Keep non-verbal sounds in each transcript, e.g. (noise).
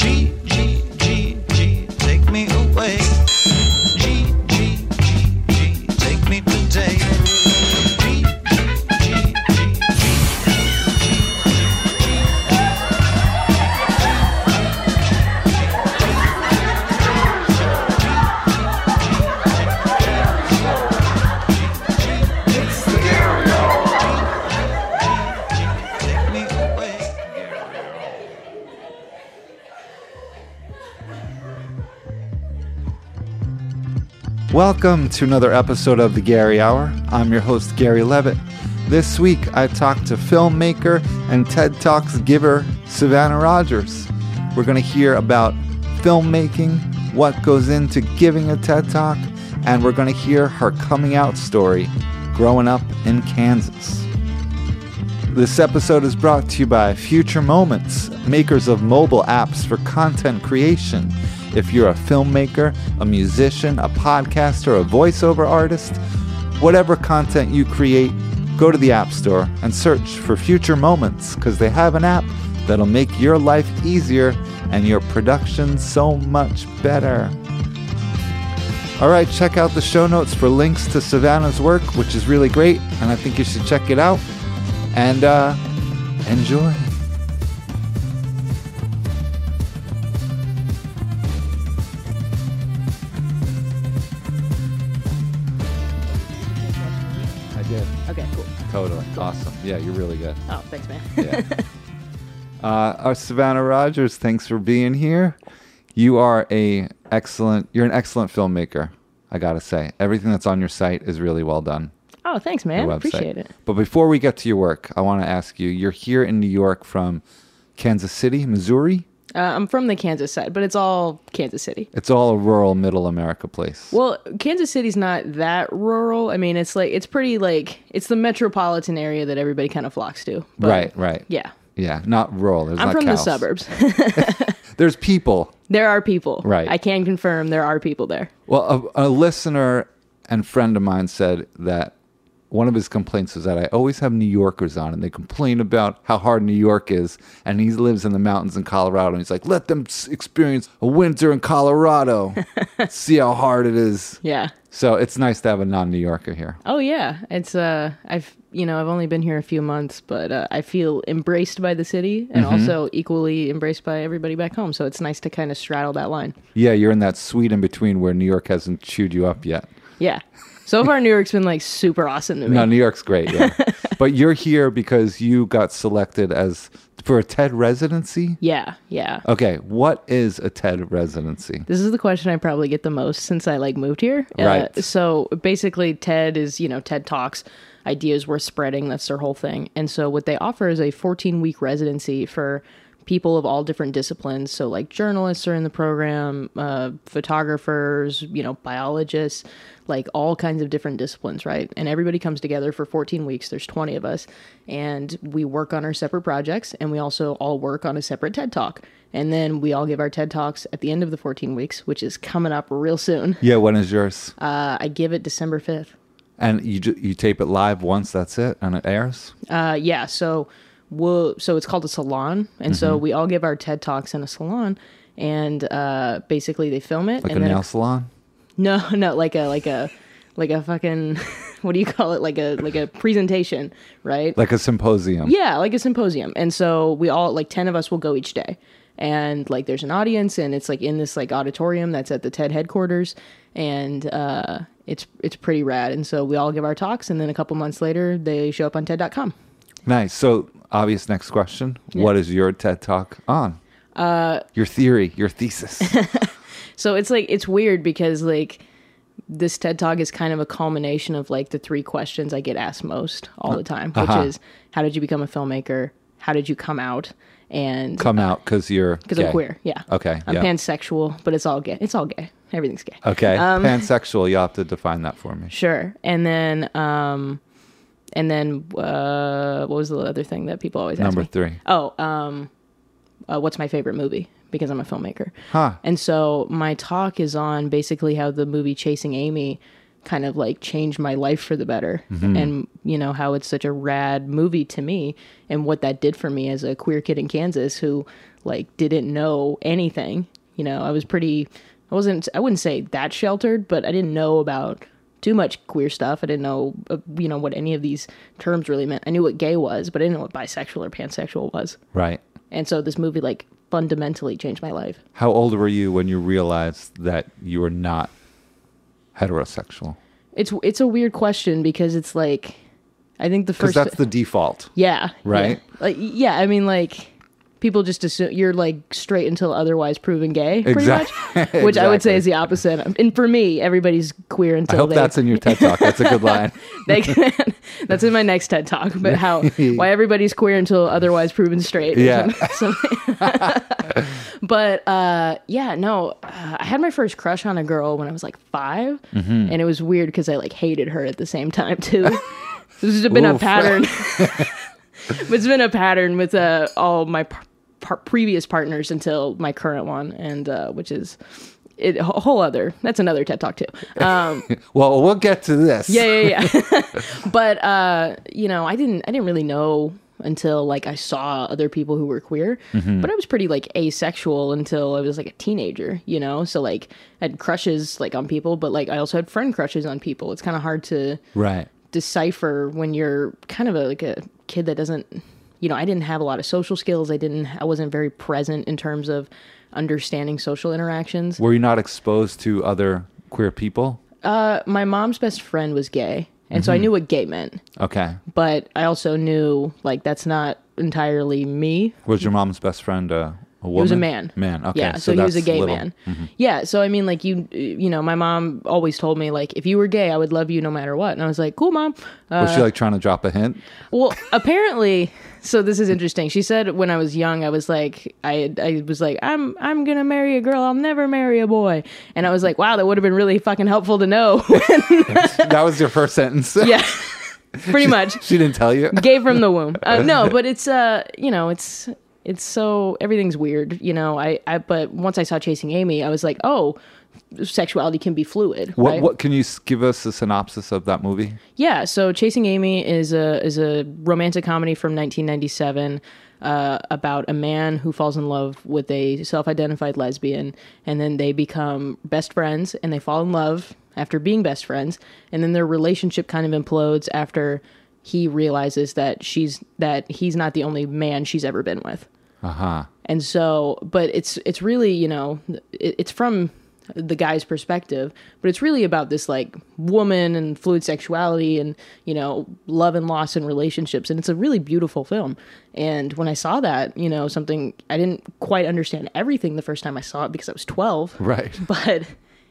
G G G G, take me away. G G G G, take me today. G G G G. Take me away. Welcome to another episode of the Gary Hour. I'm your host, Gary Levitt. This week, I talked to filmmaker and TED Talks giver, Savannah Rogers. We're going to hear about filmmaking, what goes into giving a TED Talk, and we're going to hear her coming out story, growing up in Kansas. This episode is brought to you by Future Moments, makers of mobile apps for content creation. If you're a filmmaker, a musician, a podcaster, a voiceover artist, whatever content you create, go to the App Store and search for Future Moments because they have an app that'll make your life easier and your production so much better. All right, check out the show notes for links to Savannah's work, which is really great, and I think you should check it out. And uh, enjoy. I did. Okay, cool. Totally. Awesome. Yeah, you're really good. Oh, thanks, man. Yeah. uh, our Savannah Rogers, thanks for being here. You are a excellent. You're an excellent filmmaker. I gotta say, everything that's on your site is really well done. (laughs) Oh, thanks, your man. website. Appreciate it. But before we get to your work, I want to ask you. You're here in New York from Kansas City, Missouri. Uh, I'm from the Kansas side, but it's all Kansas City. It's all a rural Middle America place. Well, Kansas City's not that rural. I mean, it's like it's pretty like it's the metropolitan area that everybody kind of flocks to. But right. Right. Yeah. Yeah. Not rural. There's I'm not from cows. the suburbs. (laughs) There's people. there are people. Right. I can confirm there are people there. Well, a, a listener and friend of mine said that one of his complaints was that I always have New Yorkers on and they complain about how hard New York is. And he lives in the mountains in Colorado. And he's like, let them s- experience a winter in (laughs) Colorado, see how hard it is. Yeah. So it's nice to have a non New Yorker here. Oh yeah. It's uh I've you know, I've only been here a few months, but uh, I feel embraced by the city Mm-hmm. and also equally embraced by everybody back home. So it's nice to kind of straddle that line. Yeah, you're in that sweet in between where New York hasn't chewed you up yet. Yeah. So far, New York's been like super awesome to me. No, New York's great. (laughs) Yeah. but you're here because you got selected as for a TED residency. yeah, yeah. Okay, what is a TED residency? This is the question I probably get the most since I like moved here. Uh, Right. so basically, TED is you know TED Talks, ideas worth spreading. That's their whole thing. And so what they offer is a 14 week residency for people of all different disciplines. So, like, journalists are in the program, uh, photographers, you know, biologists, like all kinds of different disciplines, right? And everybody comes together for 14 weeks. There's 20 of us, and we work on our separate projects, and we also all work on a separate TED Talk. And then we all give our TED Talks at the end of the 14 weeks, which is coming up real soon. Yeah, when is yours? Uh, I give it December 5th. And you ju- you tape it live once. That's it, and it airs. Uh, yeah, so we'll, so it's called a salon, and so Mm-hmm. we all give our TED talks in a salon, and uh, basically they film it. Like a and then nail salon. (laughs) no, no, like a like a like a fucking (laughs) what do you call it? Like a like a presentation, right? Like a symposium. Yeah, like a symposium. And so we all like 10 of us will go each day. And like there's an audience and it's like in this like auditorium that's at the TED headquarters and uh it's it's pretty rad. And so we all give our talks and then a couple months later they show up on ted.com. Nice. So, obvious next question. What is your TED Talk on? Uh, your theory, your (laughs) thesis. So it's like it's weird because like this TED Talk is kind of a culmination of like the three questions I get asked most all the time, which Uh-huh. is how did you become a filmmaker? How did you come out? And Come out because you're (laughs) because gay. I'm queer, yeah. Okay, I'm yeah. pansexual, but it's all gay. It's all gay. Everything's gay. Okay. Um, Pansexual. You'll have to define that for me. Sure. And then, um, and then, uh, what was the other thing that people always ask Number me? three. Oh, um, uh, what's my favorite movie? Because I'm a filmmaker. Huh. And so my talk is on basically how the movie Chasing Amy kind of like changed my life for the better and you know how it's such a rad movie to me and what that did for me as a queer kid in Kansas who like didn't know anything you know I was pretty I wasn't I wouldn't say that sheltered but I didn't know about too much queer stuff I didn't know uh, you know what any of these terms really meant I knew what gay was but I didn't know what bisexual or pansexual was Right. and so this movie like fundamentally changed my life How old were you when you realized that you were not heterosexual? It's it's a weird question because it's like I think the Because first that's the default. yeah Right? yeah. like yeah I mean like people just assume you're like straight until otherwise proven gay pretty Exact- much which I would Exactly. say is the opposite and for me everybody's queer I until hope they that's in your TED Talk. That's a good (laughs) line. they can, that's in my next TED talk but how (laughs) why everybody's queer until otherwise proven straight or Yeah. something- (laughs) something. but uh yeah no uh, I had my first crush on a girl when I was like 5 Mm-hmm. and it was weird because I like hated her at the same time (laughs) too this has been a Oof. (laughs) pattern (laughs) it's been a pattern with uh, all my par- par- previous partners until my current one and uh, which is it, a whole other that's another TED talk too um Well, we'll get to this. yeah yeah yeah (laughs) but uh you know i didn't i didn't really know until like i saw other people who were queer but i was pretty like asexual until i was like a teenager you know so like i had crushes like on people but like i also had friend crushes on people it's kind of hard to Right. decipher when you're kind of a, like a kid that doesn't you know i didn't have a lot of social skills i didn't i wasn't very present in terms of understanding social interactions Were you not exposed to other queer people? my mom's best friend was gay and so i knew what gay meant Okay. but I also knew like that's not entirely me. Was your mom's best friend a, a woman? He was a man. Man. Okay. Yeah, so, he was a that's gay little- mm-hmm. man. Yeah, so I mean, like you, you know, my mom always told me like if you were gay, I would love you no matter what, and I was like, cool, mom. Uh, Was she like trying to drop a (laughs) hint? well, apparently, so this is interesting. She said when I was young, I was like, I, I was like, I'm, I'm gonna marry a girl. I'll never marry a boy, and I was like, wow, that would have been really fucking helpful to know. (laughs) that was your first sentence. yeah, pretty much. (laughs) she didn't tell you. gay from the womb. Uh, (laughs) no, but it's uh, you know, it's it's so everything's weird. You know, I I but once I saw Chasing Amy, I was like, oh, sexuality can be fluid. What, right? what can you s- give us a synopsis of that movie? Yeah, so Chasing Amy is a is a romantic comedy from 1997 uh, about a man who falls in love with a self-identified lesbian, and then they become best friends, and they fall in love after being best friends, and then their relationship kind of implodes after he realizes that she's that he's not the only man she's ever been with and so but it's it's really you know it, it's from the guy's perspective but it's really about this like woman and fluid sexuality and you know love and loss and relationships and it's a really beautiful film and when i saw that you know something i didn't quite understand everything the first time i saw it because i was 12 (laughs) Right. but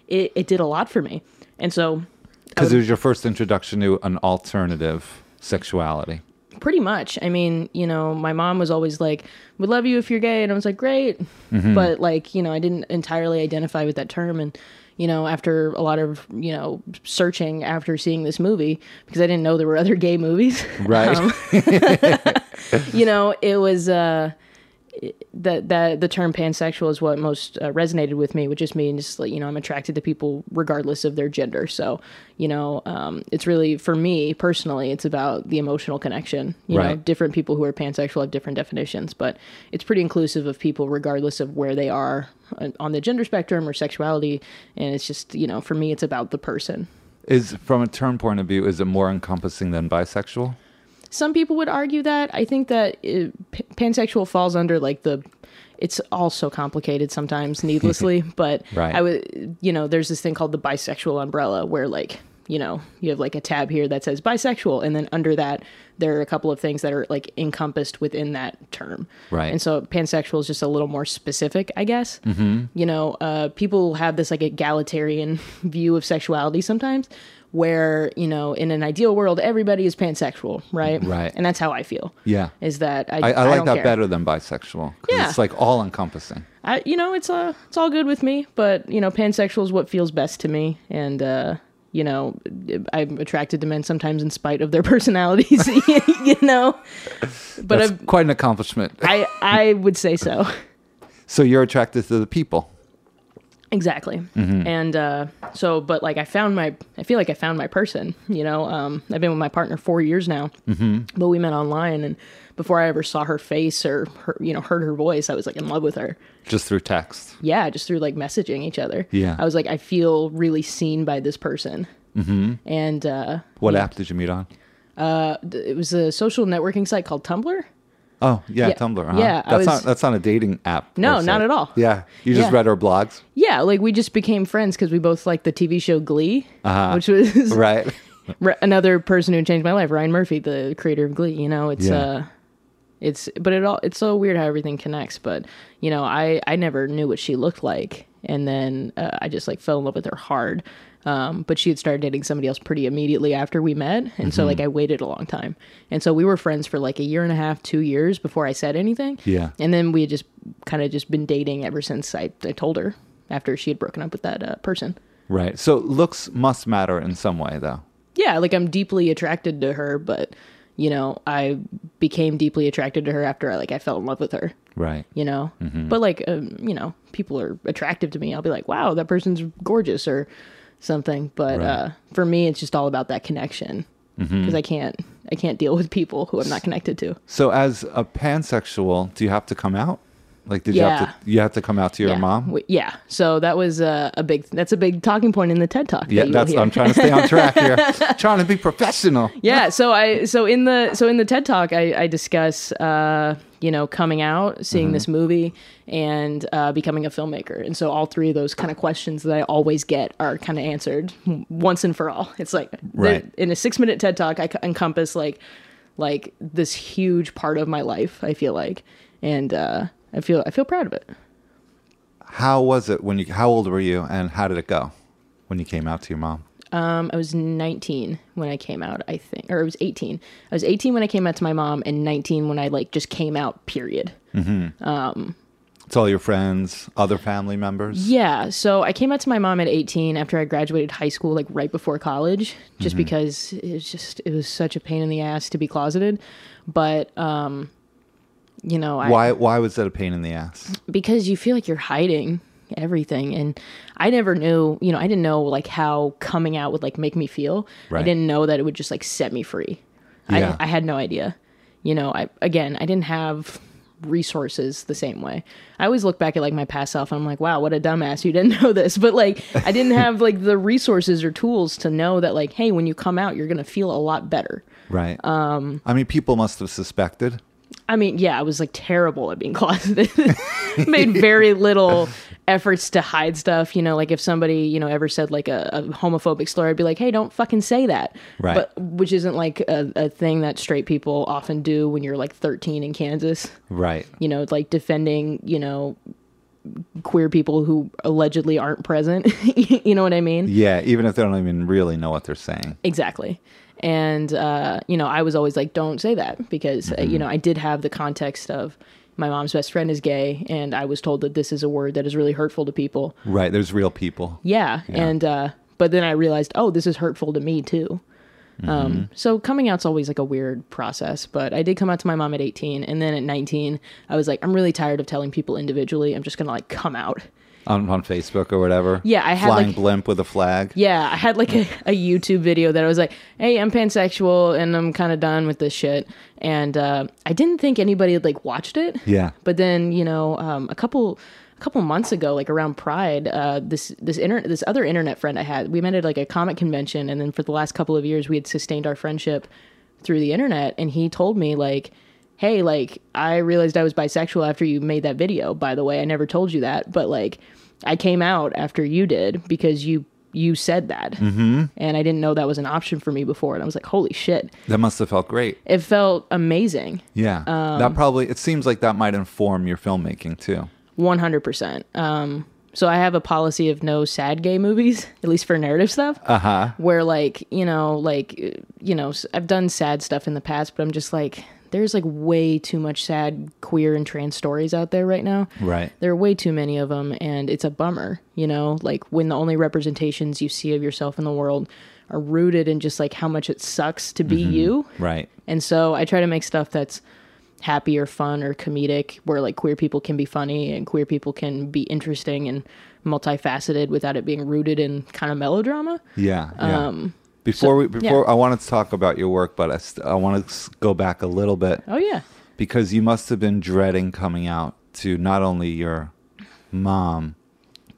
it, it did a lot for me and so Um, (laughs) Because it was your first introduction to an alternative sexuality. pretty much i mean you know my mom was always like would love you if you're gay and i was like great but like you know i didn't entirely identify with that term and you know after a lot of you know searching after seeing this movie because i didn't know there were other gay movies Right. you know it was uh that that the term pansexual is what most uh, resonated with me, which just means like you know I'm attracted to people regardless of their gender. So you know um, it's really for me personally, it's about the emotional connection. You know, Right. different people who are pansexual have different definitions, but it's pretty inclusive of people regardless of where they are on- on the gender spectrum or sexuality. And it's just you know for me, it's about the person. is from a term point of view, is it more encompassing than bisexual? some people would argue that i think that uh p- pansexual falls under like the it's all so complicated (laughs) sometimes needlessly but Right. i would you know there's this thing called the bisexual umbrella where like you know you have like a tab here that says bisexual and then under that there are a couple of things that are like encompassed within that term Right. and so pansexual is just a little more specific i guess you know uh, people have this like egalitarian (laughs) view of sexuality sometimes where you know in an ideal world everybody is pansexual right Right. and that's how i feel Yeah. is that I, i, I I like don't that care. better than bisexual 'cause Yeah. it's like all encompassing. I, you know it's uh, it's all good with me but you know pansexual is what feels best to me and uh you know i'm attracted to men sometimes in spite of their (laughs) personalities you know but That's I've- quite an accomplishment. i i would say so So you're attracted to the people. Exactly. And uh, so, but like I found my, I feel like I found my person, you know, um, I've been with my partner four years now, mm-hmm. but we met online and before I ever saw her face or her, you know, heard her voice, I was like in love with her. Just through text. Yeah. Just through like messaging each other. Yeah. I was like, I feel really seen by this person. Mm-hmm. And uh, What app did you meet on? th- it was a social networking site called Tumblr. Oh, yeah, Yeah. Tumblr. Huh? Yeah, that's I was- not that's not a dating app. No, website. not at all. Yeah, you just Yeah. read our (laughs) blogs, Yeah. Like we just became friends because we both liked the TV show Glee, which was right? Re- another person who changed my life, Ryan Murphy, the creator of Glee. You know, it's Yeah. uh, it's but it all it's so weird how everything connects. But you know, I I never knew what she looked like, and then uh, I just like fell in love with her hard. Um, but she had started dating somebody else pretty immediately after we met, and so Mm-hmm. like I waited a long time, and so we were friends for like a year and a half, two years before I said anything. Yeah. and then we had just kind of just been dating ever since I I told her after she had broken up with that uh, person. Right. So looks must matter in some way, though. yeah, like I'm deeply attracted to her, but you know, I became deeply attracted to her after I like I fell in love with her. Right. You know, Mm-hmm. but like um, you know, people are attractive to me. I'll be like, wow, that person's gorgeous or something. But uh, for me, it's just all about that connection because Mm-hmm. I can't I can't deal with people who I'm not connected to. So as a pansexual, do you have to come out? Like, did you Yeah. have to you have to come out to your yeah. mom? W- yeah. So that was uh, a big that's a big talking point in the TED talk. yeah, that you will that's hear. I'm trying to stay on track (laughs) here. trying to be professional. yeah so i so in the so in the ted talk i, I discuss uh you know coming out seeing this movie and uh, becoming a filmmaker and so all three of those kind of questions that i always get are kind of answered once and for all it's like the- Right. in a six minute ted talk i c- encompass like like this huge part of my life i feel like and uh i feel i feel proud of it How was it when you? How old were you, and how did it go when you came out to your mom? Um, I was 19 when I came out, I think, or I was 18. I was 18 when I came out to my mom, and 19 when I like just came out. Period. It's all your friends, other family members. Yeah. So I came out to my mom at 18 after I graduated high school, like right before college, just because it was just it was such a pain in the ass to be closeted. But um, you know, I, Why? Why was that a pain in the ass? because you feel like you're hiding everything and i never knew you know i didn't know like how coming out would like make me feel Right. i didn't know that it would just like set me free Yeah. I, I had no idea you know i again i didn't have resources the same way i always look back at like my past self and i'm like wow what a dumbass you didn't (laughs) know this but like i didn't have like the resources or tools to know that like hey when you come out you're gonna feel a lot better Right. Um. I mean, people must have suspected. I mean, yeah, I was like terrible at being (laughs) closeted. Made very little efforts to hide stuff. You know, like if somebody, you know, ever said like a, a homophobic slur, I'd be like, hey, don't fucking say that. Right. But which isn't like a, a thing that straight people often do when you're like 13 in Kansas. Right. You know, like defending, you know, queer people who allegedly aren't present. (laughs) you know what I mean? Yeah, even if they don't even really know what they're saying. Exactly. and uh, you know i was always like don't say that because uh, you know i did have the context of my mom's best friend is gay and i was told that this is a word that is really hurtful to people Right. There's real people. yeah, and uh, but then i realized oh this is hurtful to me too um, so coming out's always like a weird process but i did come out to my mom at 18 and then at 19 i was like i'm really tired of telling people individually i'm just gonna like come out on, on Facebook or whatever. Yeah, I had, flying like- blimp with a flag. Yeah, I had like a, a YouTube video that I was like, "Hey, I'm pansexual and I'm kind of done with this shit." And uh, I didn't think anybody had like watched it. Yeah. But then you know, um, a couple a couple months ago, like around Pride, uh, this this internet this other internet friend I had, we met at like a comic convention, and then for the last couple of years, we had sustained our friendship through the internet, and he told me like. Hey, like, I realized I was bisexual after you made that video, by the way. I never told you that, but like, I came out after you did because you you said that, mm-hmm. and I didn't know that was an option for me before. And I was like, holy shit! That must have felt great. It felt amazing, Yeah. Um, that probably, it seems like that might inform your filmmaking too. one hundred percent. Um, so I have a policy of no sad gay movies, (laughs) at least for narrative stuff. Uh huh. Where like you know, like uh, you know, s- I've done sad stuff in the past, but I'm just like, there's like way too much sad queer and trans stories out there right now. Right. there are way too many of them and it's a bummer you know like when the only representations you see of yourself in the world are rooted in just like how much it sucks to be you Right. and so i try to make stuff that's happy or fun or comedic where like queer people can be funny and queer people can be interesting and multifaceted without it being rooted in kind of melodrama Yeah. yeah. before we, before Um, yeah. I wanted to talk about your work, but I, st- I want to go back a little bit oh yeah because you must have been dreading coming out to not only your mom.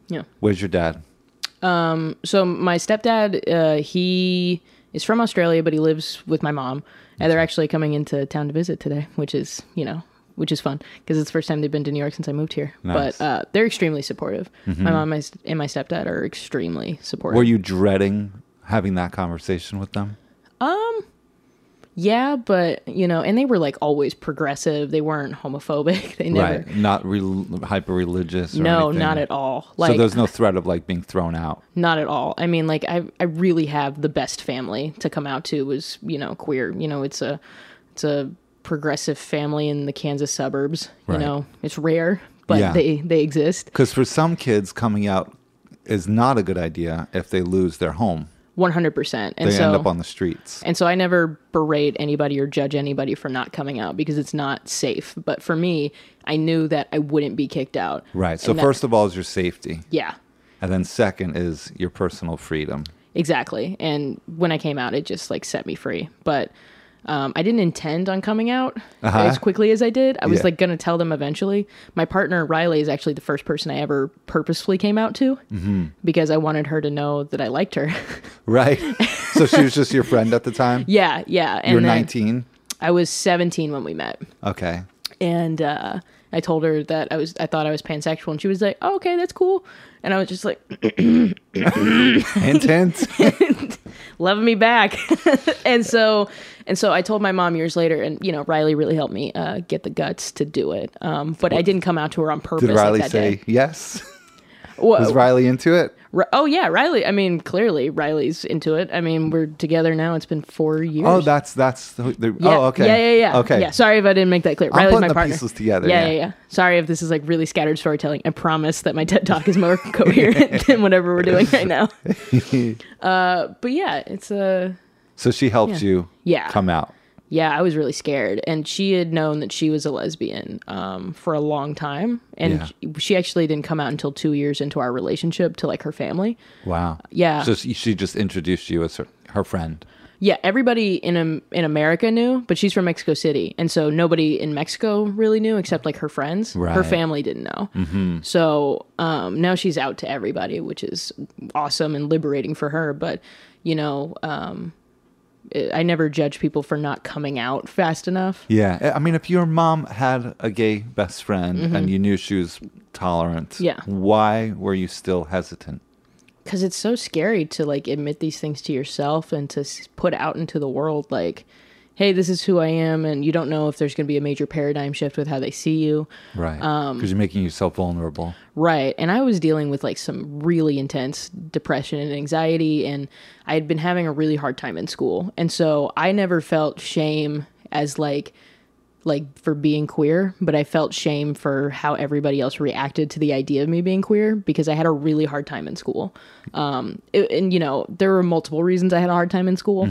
Yeah. Where's your dad? so my stepdad uh, he is from australia but he lives with my mom and they're actually coming into town to visit today which is you know which is fun because it's the first time they've been to new york since i moved here Nice. but uh, they're extremely supportive my mom is- and my stepdad are extremely supportive Were you dreading having that conversation with them? yeah but you know and they were like always progressive they weren't homophobic (laughs) they never Right. Not re- hyper religious. no not at all like so there's no threat of like being thrown out. not at all i mean like i i really have the best family to come out to was you know queer you know it's a it's a progressive family in the kansas suburbs Right. you know it's rare but Yeah. they they exist Because for some kids, coming out is not a good idea if they lose their home. 100% and They so end up on the streets. and so i never berate anybody or judge anybody for not coming out because it's not safe but for me i knew that i wouldn't be kicked out Right. So, And that- first of all, is your safety. yeah And then, second, is your personal (laughs) freedom. Exactly. And when I came out, it just like set me free. But um, I didn't intend on coming out as quickly as I did. I was Uh-huh. Yeah. like going to tell them eventually. My partner, Riley, is actually the first person I ever purposefully came out to Mm-hmm. because I wanted her to know that I liked her. (laughs) Right. so, she was just your friend at the time? yeah. Yeah. And You were then 19. I was 17 when we met. Okay. And uh, I told her that I was, I thought I was pansexual. And she was like, oh, okay, that's cool. And I was just like, Hint, (laughs) hint. love me back (laughs) and so and so i told my mom years later and you know riley really helped me uh, get the guts to do it um, but i didn't come out to her on purpose Did Riley like that say day yes? Whoa. Was Riley into it? Ri- oh yeah riley i mean clearly riley's into it i mean we're together now it's been four years Oh, that's that's. The, the, yeah. Oh, okay. Yeah, yeah, yeah. Okay. Yeah. Sorry if I didn't make that clear. I'm Riley's putting my the partner. pieces together, Yeah, yeah. yeah, yeah. Sorry if this is like really scattered storytelling. I promise that my TED talk is more (laughs) (laughs) coherent than whatever we're doing right now. uh, but yeah, it's a So she helped you. Yeah. Come out. yeah, I was really scared. And she had known that she was a lesbian um, for a long time. Yeah. And she- she actually didn't come out until two years into our relationship to like her family. Wow. Yeah. So she she just introduced you as her, her friend. Yeah, everybody in um, in America knew, but she's from Mexico City, and so nobody in Mexico really knew except like her friends. Her Right. family didn't know. Mm-hmm. So um, now she's out to everybody, which is awesome and liberating for her. But you know, um, I- I never judge people for not coming out fast enough. Yeah. eh, I- I mean, if your mom had a gay best friend and you knew she was tolerant, Mm-hmm. Yeah. why were you still hesitant? because it's so scary to like admit these things to yourself and to s- put out into the world like hey, this is who I am, and you don't know if there's going to be a major paradigm shift with how they see you. Right. Because Um, you're making yourself vulnerable. Right. And I was dealing with like some really intense depression and anxiety, and I had been having a really hard time in school. And so I never felt shame as like, like for being queer, but I felt shame for how everybody else reacted to the idea of me being queer because I had a really hard time in school. Um, it- and you know, there were multiple reasons I had a hard time in school,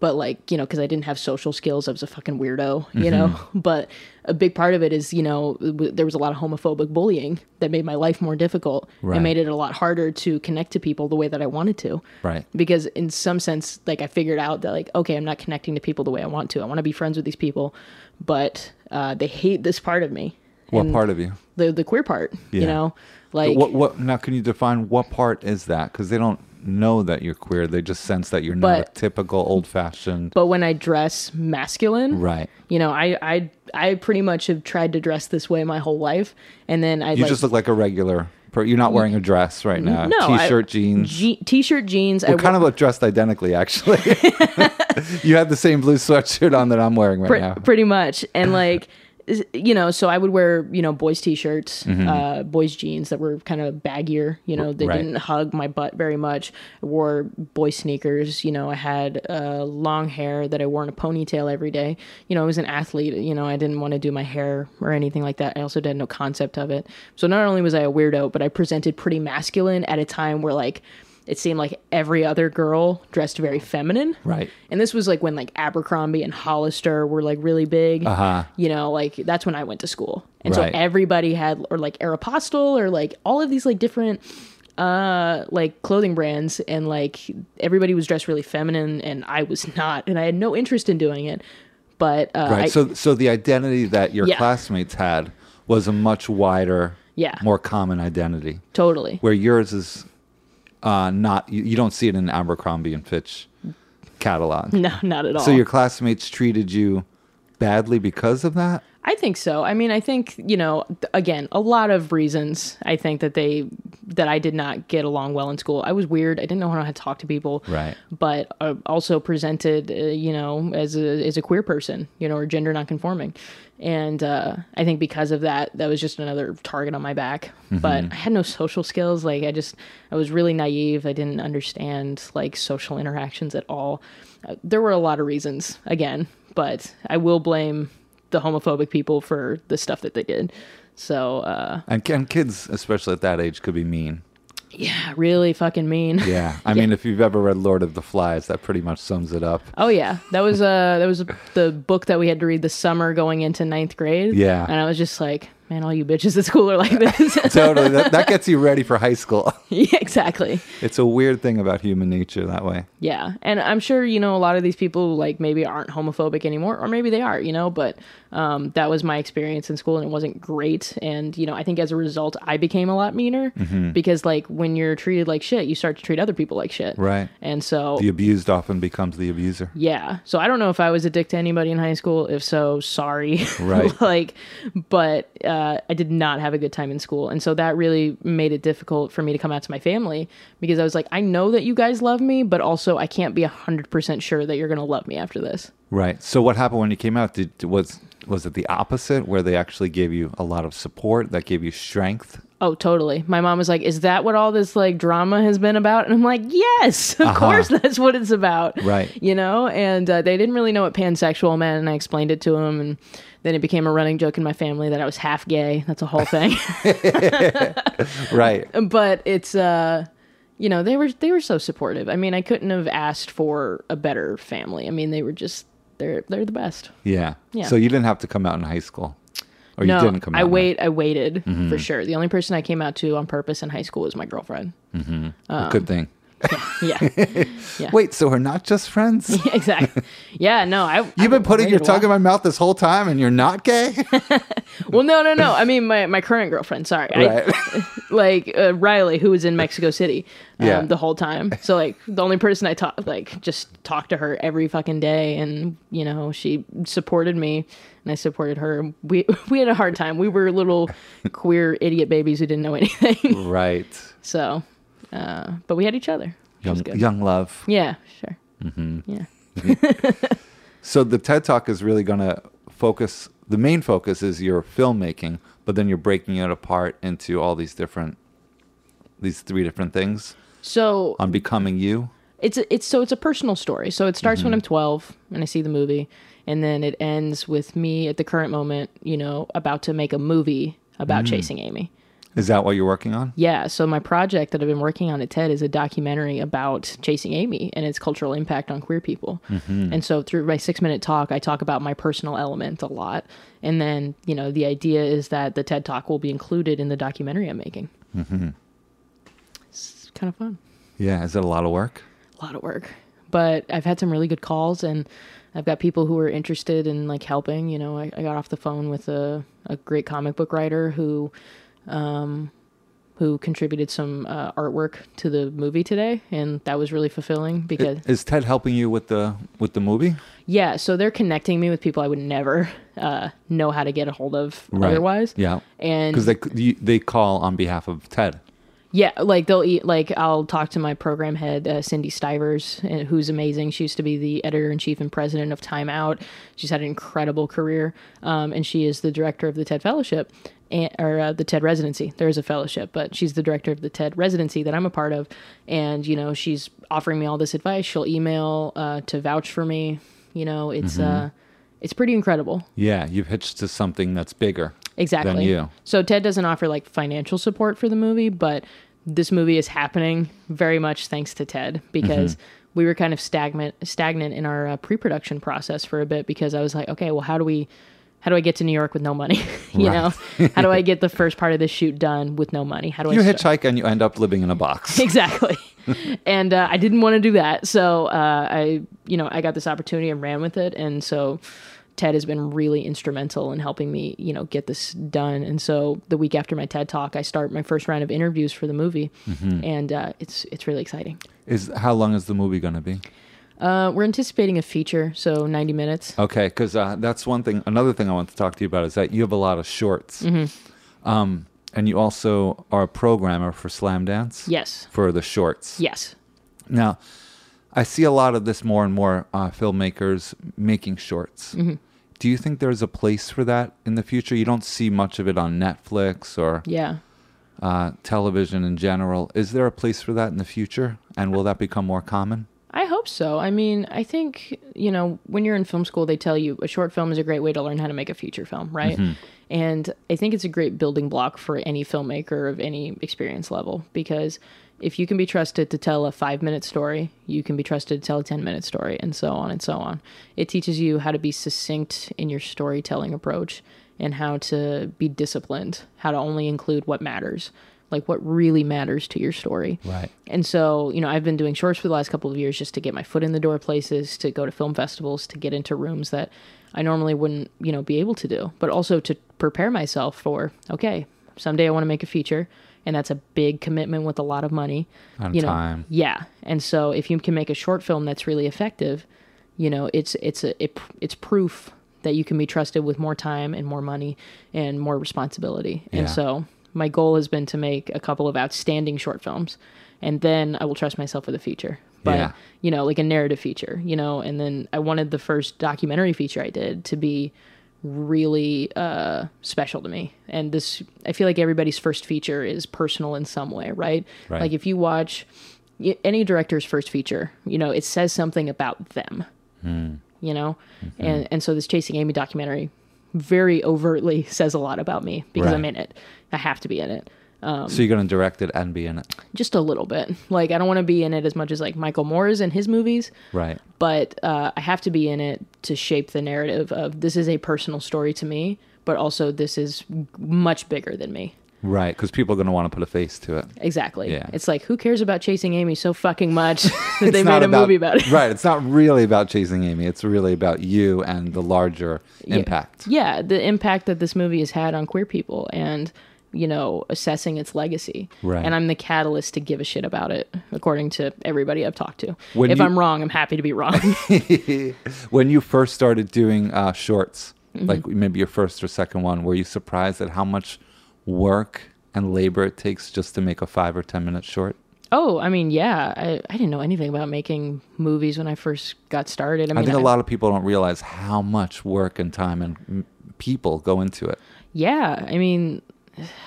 but like, you know, because I didn't have social skills, I was a fucking weirdo, you know. (laughs) But a big part of it is, you know, w- there was a lot of homophobic bullying that made my life more difficult Right. and made it a lot harder to connect to people the way that I wanted to Right. because in some sense like i figured out that like okay i'm not connecting to people the way i want to i want to be friends with these people but uh, they hate this part of me What part of you? the the queer part Yeah. you know like what what now can you define what part is that? Because they don't know that you're queer. They just sense that you're not But- a typical old fashioned but when i dress masculine Right. you know i i i pretty much have tried to dress this way my whole life and then i You like, just look like a regular per- you're not wearing a dress right now. no I- T-shirt, jeans. je- t-shirt jeans I We're kind wo- of like dressed identically, (laughs) actually. (laughs) you have the same blue sweatshirt on that I'm wearing right Pre- now. pretty much and like is- you know so i would wear you know boys t-shirts uh boys jeans that were kind of baggier you know they right. didn't hug my butt very much I wore boy sneakers you know i had uh long hair that i wore in a ponytail every day you know i was an athlete you know i didn't want to do my hair or anything like that i also had no concept of it so not only was i a weirdo but i presented pretty masculine at a time where like it seemed like every other girl dressed very feminine Right. and this was like when like Abercrombie and Hollister were like really big. Uh-huh. You know, like that's when I went to school. And Right. so everybody had or like Aeropostale or like all of these like different uh like clothing brands and like everybody was dressed really feminine and I was (laughs) not and I had no interest in doing it. But uh Right. I- so so the identity that your Yeah. classmates had was a much wider, Yeah. more common identity. totally. Where yours is uh, not you, you don't see it in Abercrombie and Fitch catalog. (laughs) No, not at all. So your classmates treated you badly because of that? I think so. I mean, I think, you know, th- again, a lot of reasons I think that they that I did not get along well in school. I was weird. I didn't know how to talk to people. Right. But uh, also presented, uh, you know, as a as a queer person, you know, or gender nonconforming. And uh, I think because of that, that was just another target on my back. But I had no social skills. Like I just, I was really naive. I didn't understand like social interactions at all. Uh, there were a lot of reasons, again, but I will blame the homophobic people for the stuff that they did. So, uh, And, and kids, especially at that age, could be mean. yeah, really fucking mean. Yeah. I mean, if you've ever read Lord of the Flies, that pretty much sums it up. Oh yeah, that was uh that was the book that we had to read this summer going into ninth grade. Yeah. and I was just like, man, all you bitches at school are like this. (laughs) (laughs) totally. That, that gets you ready for high school. yeah, exactly. It's a weird thing about human nature that way. Yeah, and I'm sure you know a lot of these people like maybe aren't homophobic anymore, or maybe they are, you know. But um, that was my experience in school, and it wasn't great. And you know, I think as a result, I became a lot meaner Mm-hmm. because like when you're treated like shit, you start to treat other people like shit. Right. And so The abused often becomes the abuser. Yeah. So I don't know if I was a dick to anybody in high school. If so, sorry. Right. (laughs) like, but uh, I did not have a good time in school. And so that really made it difficult for me to come out to my family because I was like, I know that you guys love me, but also I can't be 100% sure that you're going to love me after this. Right. So what happened when you came out? Did was was it the opposite where they actually gave you a lot of support that gave you (laughs) strength? Oh, totally. My mom was like, Is that what all this like drama has been about? And I'm like, Yes, (laughs) of course that's what it's about. Uh-huh. Right. You know, and uh, they didn't really know what pansexual meant. And I explained it to them. And then it became a running joke in my family that I was half gay. That's (laughs) a whole thing. (laughs) Right. but it's, uh, you know, they were they were so supportive. I mean, I couldn't have asked for a better family. I mean, they were just they're they're the best. Yeah. Yeah. So you didn't have to come out in high school, or you didn't come out. Mm-hmm. I in high- wait. I waited for sure. The only person I came out to on purpose in high school was my girlfriend. Good thing. (laughs) Yeah. Wait. So we're not just friends. (laughs) Yeah, exactly. Yeah, no, I. You've been putting your tongue in about. my mouth this whole time, and you're not (laughs) gay. Well, no, no, no. I mean, my, my current girlfriend. Sorry, right. I, like uh, Riley, who was in Mexico City, um, Yeah. the whole time. So like, the only person I talk like just talked to her every fucking day, and you know, she supported me, and I supported her. We (laughs) we had a hard time. We were little queer idiot babies who didn't know (laughs) anything. right. So, uh, but we had each other. Which was Young, good. young love. Yeah, sure. Yeah. So the TED Talk is really going to focus. The main focus is your filmmaking, but then you're breaking it apart into all these different, these three different things So on becoming you. it's a, it's so it's a personal story. So it starts when I'm 12 and I see the movie, and then it ends with me at the current moment, you know, about to make a movie about chasing Amy. Is that what you're working on? Yeah, so my project that I've been working on at TED is a documentary about Chasing Amy and its cultural impact on queer people. And so through my six minute talk, I talk about my personal element a lot. And then, you know, the idea is that the TED talk will be included in the documentary I'm making. Mm-hmm. It's kind of fun. Yeah. Is it a lot of work? A lot of work. But I've had some really good calls and I've got people who are interested in like helping. You know, I, I got off the phone with a, a great comic book writer who um, who contributed some uh, artwork to the movie today, and that was really fulfilling because Is Ted helping you with the with the movie? yeah, so they're connecting me with people I would never uh, know how to get a hold of otherwise. Yeah. and Because they you- they call on behalf of Ted. Yeah, like they'll eat. Like I'll talk to my program head, uh, Cindy Stivers, uh, who's amazing. She used to be the editor in chief and president of Time Out. She's had an incredible career, um, and she is the director of the TED Fellowship and, or uh, the TED Residency. There is a fellowship, but she's the director of the TED Residency that I'm a part of. And you know, she's offering me all this advice. She'll email uh, to vouch for me. You know, it's uh, it's pretty incredible. Yeah. You've hitched to something that's bigger. Exactly. Than you. So Ted doesn't offer like financial support for the movie, but this movie is happening very much thanks to Ted because Mm-hmm. we were kind of stagnant stagnant in our uh, pre-production process for a bit because I was like, okay, well how do we how do I get to New York with no money? (laughs) you know, (laughs) how do I get the first part of this shoot done with no money? How do You I sta- hitchhike and you end up living in a (laughs) box. (laughs) exactly and uh, i didn't want to do that so uh, i you know i got this opportunity and ran with it and so ted has been really instrumental in helping me you know get this done and so the week after my ted talk i start my first round of interviews for the movie and uh, it's it's really exciting Is how long is the movie going to be? uh, we're anticipating a feature so 90 minutes Okay, because uh, that's one thing. Another thing I want to talk to you about is that you have a lot of shorts, um, and you also are a programmer for Slam Dance. yes For the shorts. yes Now, I see a lot of this more and more uh, filmmakers making shorts. Mm-hmm. Do you think there's a place for that in the future? You don't see much of it on Netflix or yeah uh, television in general. Is there a place for that in the future? And will that become more common? I hope so. I mean, I think, you know, when you're in film school, they tell you a short film is a great way to learn how to make a feature film, right? And I think it's a great building block for any filmmaker of any experience level because if you can be trusted to tell a five minute story, you can be trusted to tell a 10 minute story, and so on and so on. It teaches you how to be succinct in your storytelling approach and how to be disciplined, how to only include what matters, like what really matters to your story. Right. And so, you know, I've been doing shorts for the last couple of years just to get my foot in the door places, to go to film festivals, to get into rooms that I normally wouldn't, you know, be able to do, but also to prepare myself for, okay, someday I want to make a feature. And that's a big commitment with a lot of money. And you know, time. Yeah. And so if you can make a short film that's really effective, you know, it's it's a it, pr- it's proof that you can be trusted with more time and more money and more responsibility. Yeah. And so my goal has been to make a couple of outstanding short films and then I will trust myself with a feature. But Yeah. you know, like a narrative feature, you know, and then I wanted the first documentary feature I did to be really uh special to me. And this I feel like everybody's first feature is personal in some way, right? Right. Like if you watch y- any director's first feature, you know, it says something about them Hmm. you know Mm-hmm. and and so this chasing amy documentary very overtly (laughs) says a lot about me because Right. i'm in it i have to be in it so you're going to direct it and be in it. just a little bit like i don't want to be in it as much as like michael moore is in his movies Right. but uh, i have to be in it to shape the narrative of this is a personal story to me but also this is much bigger than me Right. Because people are going to want to put a face to it. exactly Yeah. it's like who cares about chasing amy so fucking much (laughs) that they It's made not a movie about it Right. It's not really about chasing Amy. It's really about you and the larger impact. yeah the impact that this movie has had on queer people and you know assessing its legacy Right. and i'm the catalyst to give a shit about it according to everybody i've talked to When if you- i'm wrong i'm happy to (laughs) be wrong When you first started doing uh, shorts, Mm-hmm. like maybe your first or second one, were you surprised at how much work and labor it takes just to make a five or 10 minute short? Oh, I mean, yeah, I, I didn't know anything about making movies when I first got started. I I mean, think a lot of people don't realize how much work and time and mm, people go into it. Yeah, I mean, (sighs)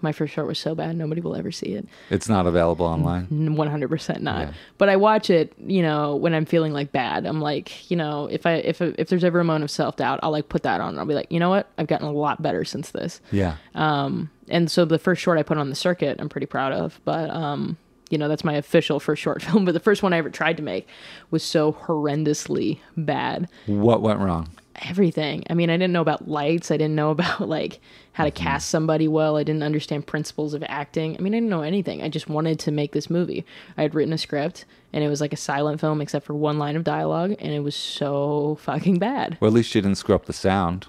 my first short was so bad, nobody will ever see it. It's not available online. N- 100% not. But I watch it, you know, when I'm feeling like bad. I'm like, you know, if I if if there's ever a moment of self-doubt, I'll like put that on and I'll be like, you know what? I've gotten a lot better since this. Yeah. uh, And so the first short I put on the circuit, I'm pretty proud of, but um you know, that's my official first short (laughs) film, but the first one I ever tried to make was so horrendously bad. what went wrong? everything. I mean, I didn't know about lights. I didn't know (laughs) about like how Mm-hmm. to cast somebody well. I didn't understand principles of acting. I mean, I didn't know anything. I just wanted to make this movie. I had written a script and it was like a silent film except for one line of dialogue and it was so fucking bad. (laughs) Well, at least you didn't screw up the sound.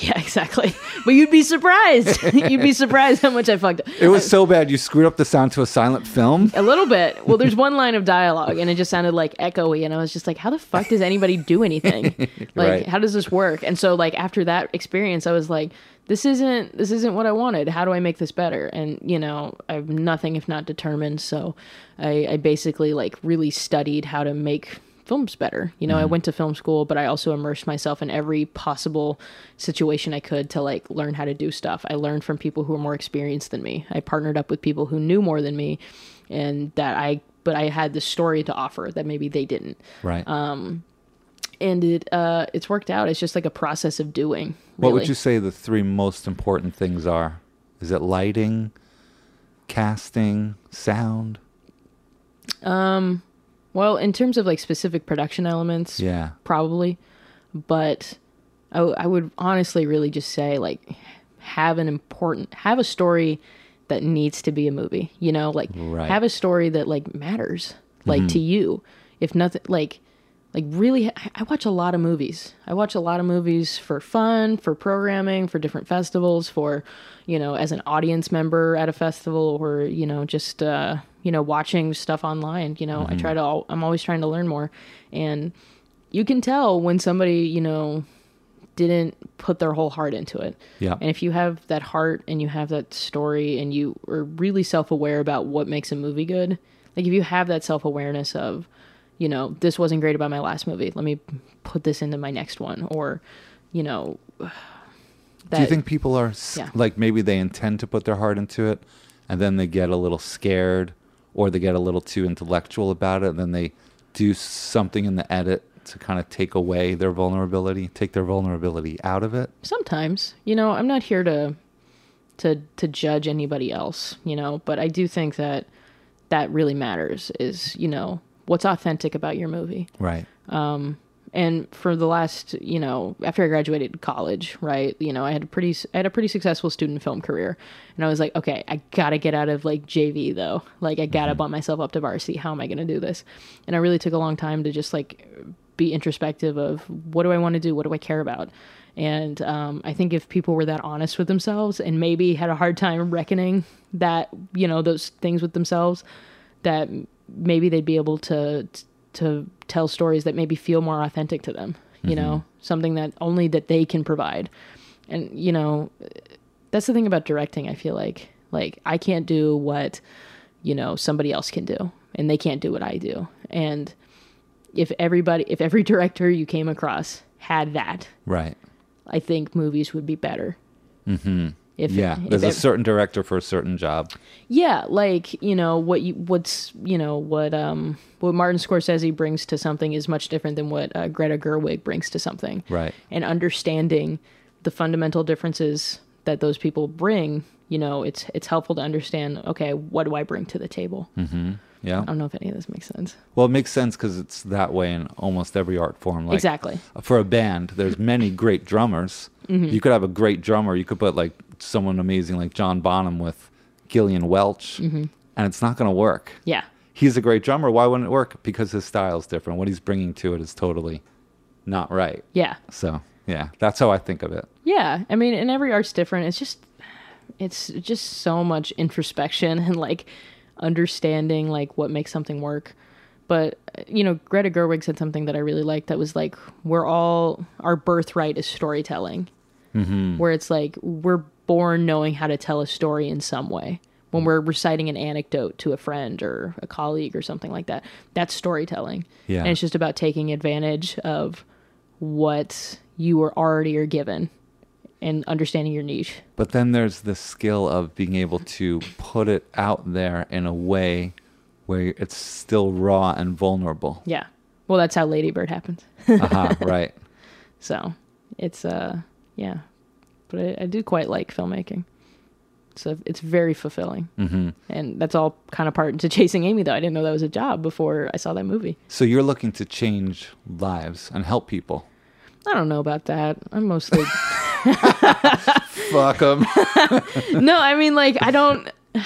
yeah, exactly. (laughs) But you'd be surprised. (laughs) you'd be surprised how much I fucked up. It was so bad you screwed up the sound to a silent (laughs) film. A little bit. Well, there's one line of dialogue, and it just sounded like echoey, and I was just like, "How the fuck does anybody do (laughs) anything? Like, Right. how does this work?" And so, like after that experience, I was like, "This isn't this isn't what I wanted. How do I make this better?" And you know, I'm nothing if not determined. So, I, I basically like really studied how to make films better. You know, I went to film school, but I also immersed myself in every possible situation I could to like learn how to do stuff. I learned from people who were more experienced than me. I partnered up with people who knew more than me and that I but I had the story to offer that maybe they didn't. Right. Uh, And it uh it's worked out. It's just like a process of doing. what really. would you say the three most important things are? Is it lighting, casting, sound? Well, in terms of like specific production elements, Yeah. probably. But I, I would honestly really just say like have an important have a story that needs to be a movie. You know, like Right. have a story that like matters like to you. If nothing like like really I I watch a lot of movies. I watch a lot of movies for fun, for programming, for different festivals, for you know, as an audience member at a festival or you know, just uh, you know, watching stuff online, you know. I try to al- I'm always trying to learn more and you can tell when somebody, you know, didn't put their whole heart into it. Yeah. And if you have that heart and you have that story and you are really self aware about what makes a movie good, like if you have that self awareness of, you know, this wasn't great about my last movie, let me put this into my next one, or, you know, (sighs) that, Do you think people are s Yeah. like maybe they intend to put their heart into it and then they get a little scared or they get a little too intellectual about it and then they do something in the edit to kind of take away their vulnerability, take their vulnerability out of it? sometimes, you know, I'm not here to, to, to judge anybody else, you know, but I do think that that really matters is, you know, what's authentic about your movie. Right. and for the last you know after i graduated college right you know i had a pretty i had a pretty successful student film career and i was like okay i gotta get out of like jv though like i gotta bump myself up to varsity how am i gonna do this and i really took a long time to just like be introspective of what do i want to do what do i care about and um, i think if people were that honest with themselves and maybe had a hard time reckoning that you know those things with themselves that maybe they'd be able to to tell stories that maybe feel more authentic to them you know Mm-hmm. something that only that they can provide and you know that's the thing about directing i feel like like i can't do what you know somebody else can do and they can't do what i do and if everybody if every (laughs) director you came across had that Right. i think movies would be better mm-hmm. if Yeah. if There's a ev- certain director for a certain job. yeah, like you know what you what's you know what um what Martin Scorsese brings to something is much different than what uh, Greta Gerwig brings to something. Right. And understanding the fundamental differences that those people bring, you know, it's it's helpful to understand. Okay, what do I bring to the table? Hmm. I Yeah. don't know if any of this makes sense. Well, it makes sense because it's that way in almost every art form. Like Exactly. For a band, there's many great drummers. You could have a great drummer. You could put like someone amazing like John Bonham with Gillian Welch, and it's not going to work. Yeah. He's a great drummer. Why wouldn't it work? Because his style's different. What he's bringing to it is totally not right. Yeah. So yeah, that's how I think of it. Yeah, I mean, and every art's different. It's just, it's just so much introspection (laughs) and like understanding like what makes something work. But uh, you know, Greta Gerwig said something that I really liked. That was like, we're all our birthright is storytelling, where it's like we're born knowing how to tell a story in some way. when we're reciting an anecdote to a friend or a colleague or something like that. That's storytelling. Yeah. And it's just about taking advantage of what you were already are given and understanding your niche. But then there's the skill of being able to put it out there in a way where it's still raw and (laughs) vulnerable. Yeah. Well, that's how Ladybird happens. Aha, right. So it's, uh, yeah. But I, I do quite like filmmaking. So it's very fulfilling. Mhm. And that's all kind of part into (laughs) Chasing Amy, though. I didn't know that was a job before I saw that movie. So you're looking to change lives and help people. I don't know about that. I'm mostly. Fuck (laughs) them. no, I mean, like, I don't. (sighs)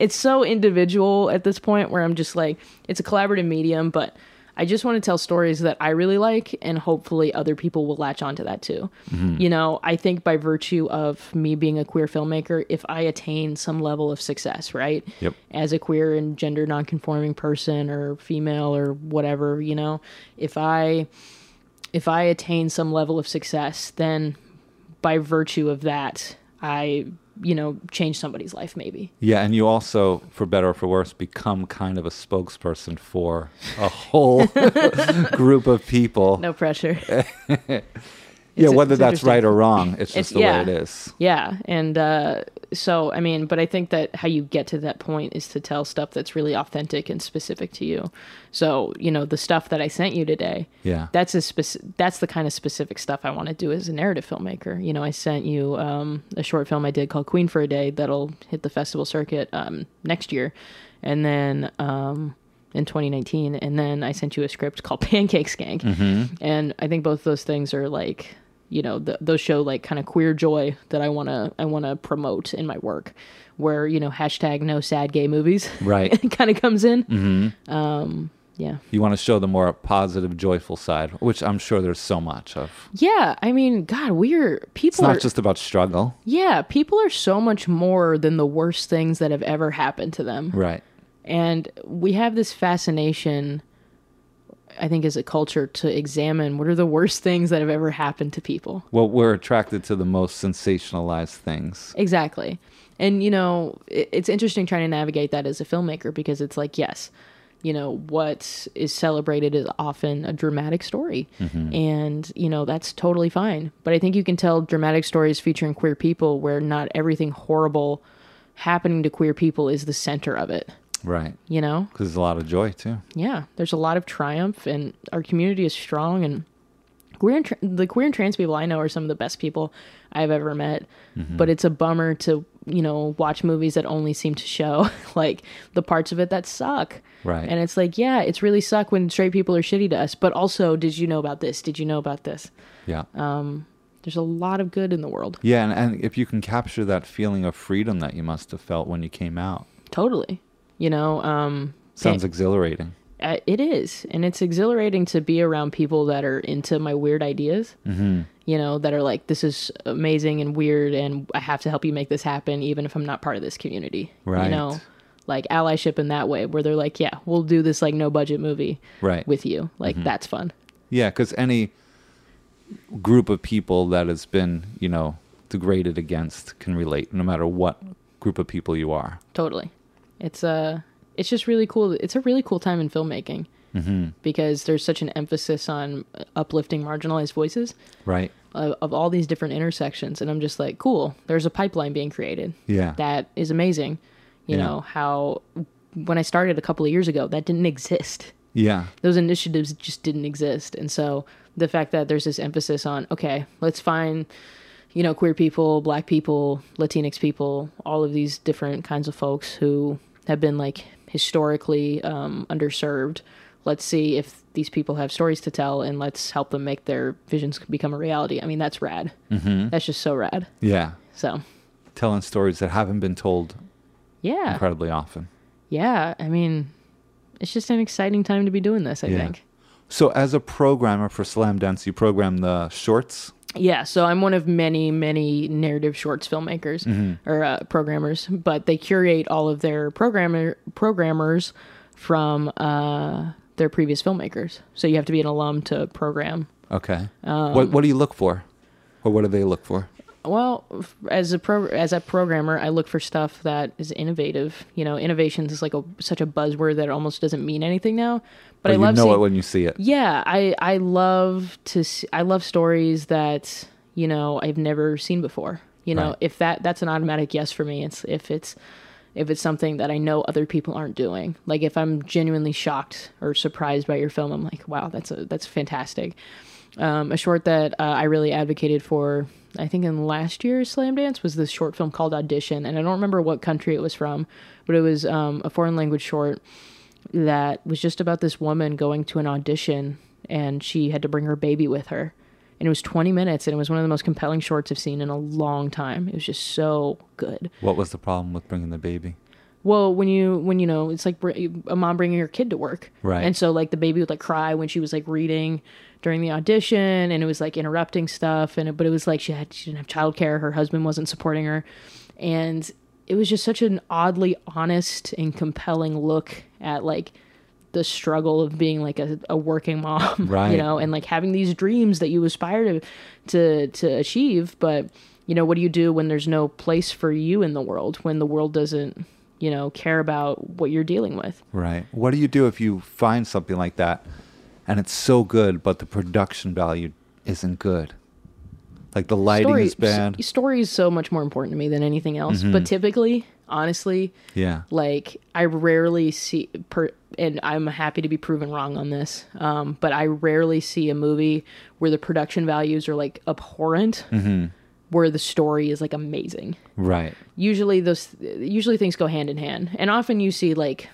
It's so individual at this point where I'm just like, it's a collaborative medium, but I just want to tell stories that I really like, and hopefully other people will latch onto that too. Mhm. You know, I think by virtue of me being a queer filmmaker, if I attain some level of success, right? Yep. as a queer and gender nonconforming person or female or whatever, you know, if I if I attain some level of success, then by virtue of that, I you know change somebody's life maybe. Yeah, and you also, for better or for worse, become kind of a spokesperson for a (laughs) whole group of people. No pressure. (laughs) yeah, It's- whether it's that's right interesting. or wrong, it's just the yeah. way it is. Yeah, and uh, so I mean, but I think that how you get to that point is to tell stuff that's really authentic and specific to you. So you know, the stuff that I sent you today, Yeah. that's a speci- that's the kind of specific stuff I want to do as a narrative filmmaker. You know, I sent you um, a short film I did called Queen for a Day that'll hit the festival circuit um, next year, and then. Um, in 2019, and then I sent you a script called (laughs) Pancake Skank, Mm-hmm. Mhm. and I think both those things are like you know th- those show like kind of queer joy that I want to I want to promote in my work, where you know hashtag no sad gay movies (laughs) Right. kind of comes in. hmm Um, yeah, You want to show the more positive, joyful side, which I'm sure there's so much of. yeah. I mean, God, we're people. It's not are- just about struggle. yeah, people are so much more than the worst things that have ever happened to them. Right. And we have this fascination, I think, as a culture to examine what are the worst things that have ever happened to people. Well, we're attracted to the most sensationalized things. Exactly. And, you know, it, it's interesting trying to navigate that as a filmmaker because it's like, yes, you know, what is celebrated is often a dramatic story. Mhm. And, you know, that's totally fine. But I think you can tell dramatic stories featuring queer people where not everything horrible happening to queer people is the center of it, Right. you know? Because there's a lot of joy, too. yeah, there's a lot of triumph, and our community is strong. And queer and tra- the queer and trans people I know are some of the best people I've ever met. Mhm. But it's a bummer to you know watch movies that only seem to show (laughs) like the parts of it that suck. Right. And it's like, yeah, it's really suck when straight people are shitty to us. But also, did you know about this? Did you know about this? Yeah. Um, there's a lot of good in the world. Yeah, and, and if you can capture that feeling of freedom that you must have felt when you came out, Totally. You know. Um, sounds pa- exhilarating. uh, it is, and it's exhilarating to be around people that are into my weird ideas. Mm-hmm. you know, that are like, this is amazing and weird, and I have to help you make this happen, even if I'm not part of this community. Right. You know, like allyship in that way, where they're like, yeah, we'll do this like no budget movie Right. with you. Like, Mhm. that's fun. Yeah, because any group of people that has been, you know, degraded against can relate, no matter what group of people you are. Totally. It's Uh, it's just really cool. It's a really cool time in filmmaking Mm-hmm. because there's such an emphasis on uh, uplifting marginalized voices Right. of, of all these different intersections. And I'm just like, cool, there's a pipeline being created. Yeah. That is amazing. You Yeah. know, how when I started a couple of years ago, that didn't (laughs) exist. Yeah. those initiatives just didn't exist. And so the fact that there's this emphasis on, okay, let's find, you know, queer people, black people, Latinx people, all of these different kinds of folks who have been like historically um, underserved. Let's see if these people have stories to tell and let's help them make their visions become a reality. I mean, that's rad. Mm-hmm. That's just so rad. Yeah. So, Telling stories that haven't been told yeah. incredibly often. Yeah. I mean, it's just an exciting time to be doing this, I Yeah. think. So, as a programmer for Slam Dance, you program the shorts. Yeah, so I'm one of many, many narrative shorts filmmakers Mhm. or uh, programmers, but they curate all of their programmer programmers from uh, their previous filmmakers. So you have to be an alum to program. Okay. Um, what What do you look for, or what do they look for? well, f- as a pro- as a programmer, I look for stuff that is innovative. You know, innovations is like a such a buzzword that it almost doesn't mean anything now. But, But I you love know seeing, it when you see it. yeah, I I love to s I I love stories that you know I've never seen before. You know, Right. if that that's an automatic yes for me. It's if it's if it's something that I know other people aren't doing. Like if I'm genuinely shocked or surprised by your film, I'm like, wow, that's a that's fantastic. Um, a short that uh, I really advocated for, I think in last year's Slam Dance was this short film called Audition, and I don't remember what country it was from, but it was um, a foreign language short that was just about this woman going to an audition and she had to bring her baby with her. And it was 20 minutes and it was one of the most compelling shorts I've seen in a long time. It was just so good. What was the problem with bringing the baby? Well, when you when you know, it's like br- a mom bringing her kid to work. Right. And so like the baby would like cry when she was like reading during the audition and it was like interrupting stuff and it, but it was like she had she didn't have childcare, her husband wasn't supporting her. And it was just such an oddly honest and compelling look at like the struggle of being like a, a working mom, (laughs) Right. you know, and like having these dreams that you aspire to to to achieve, but you know, what do you do when there's no place for you in the world, when the world doesn't, you know, care about what you're dealing with? Right. What do you do if you find something like that and it's so good, but the production value isn't good? Like the lighting Story, is bad. Mm-hmm. s- story is so much more important to me than anything else, but typically, honestly, yeah. like I rarely see per and I'm happy to be proven wrong on this. Um, but I rarely see a movie where the production values are like abhorrent, where the story is like amazing. Right. usually those usually things go hand in hand and often you see like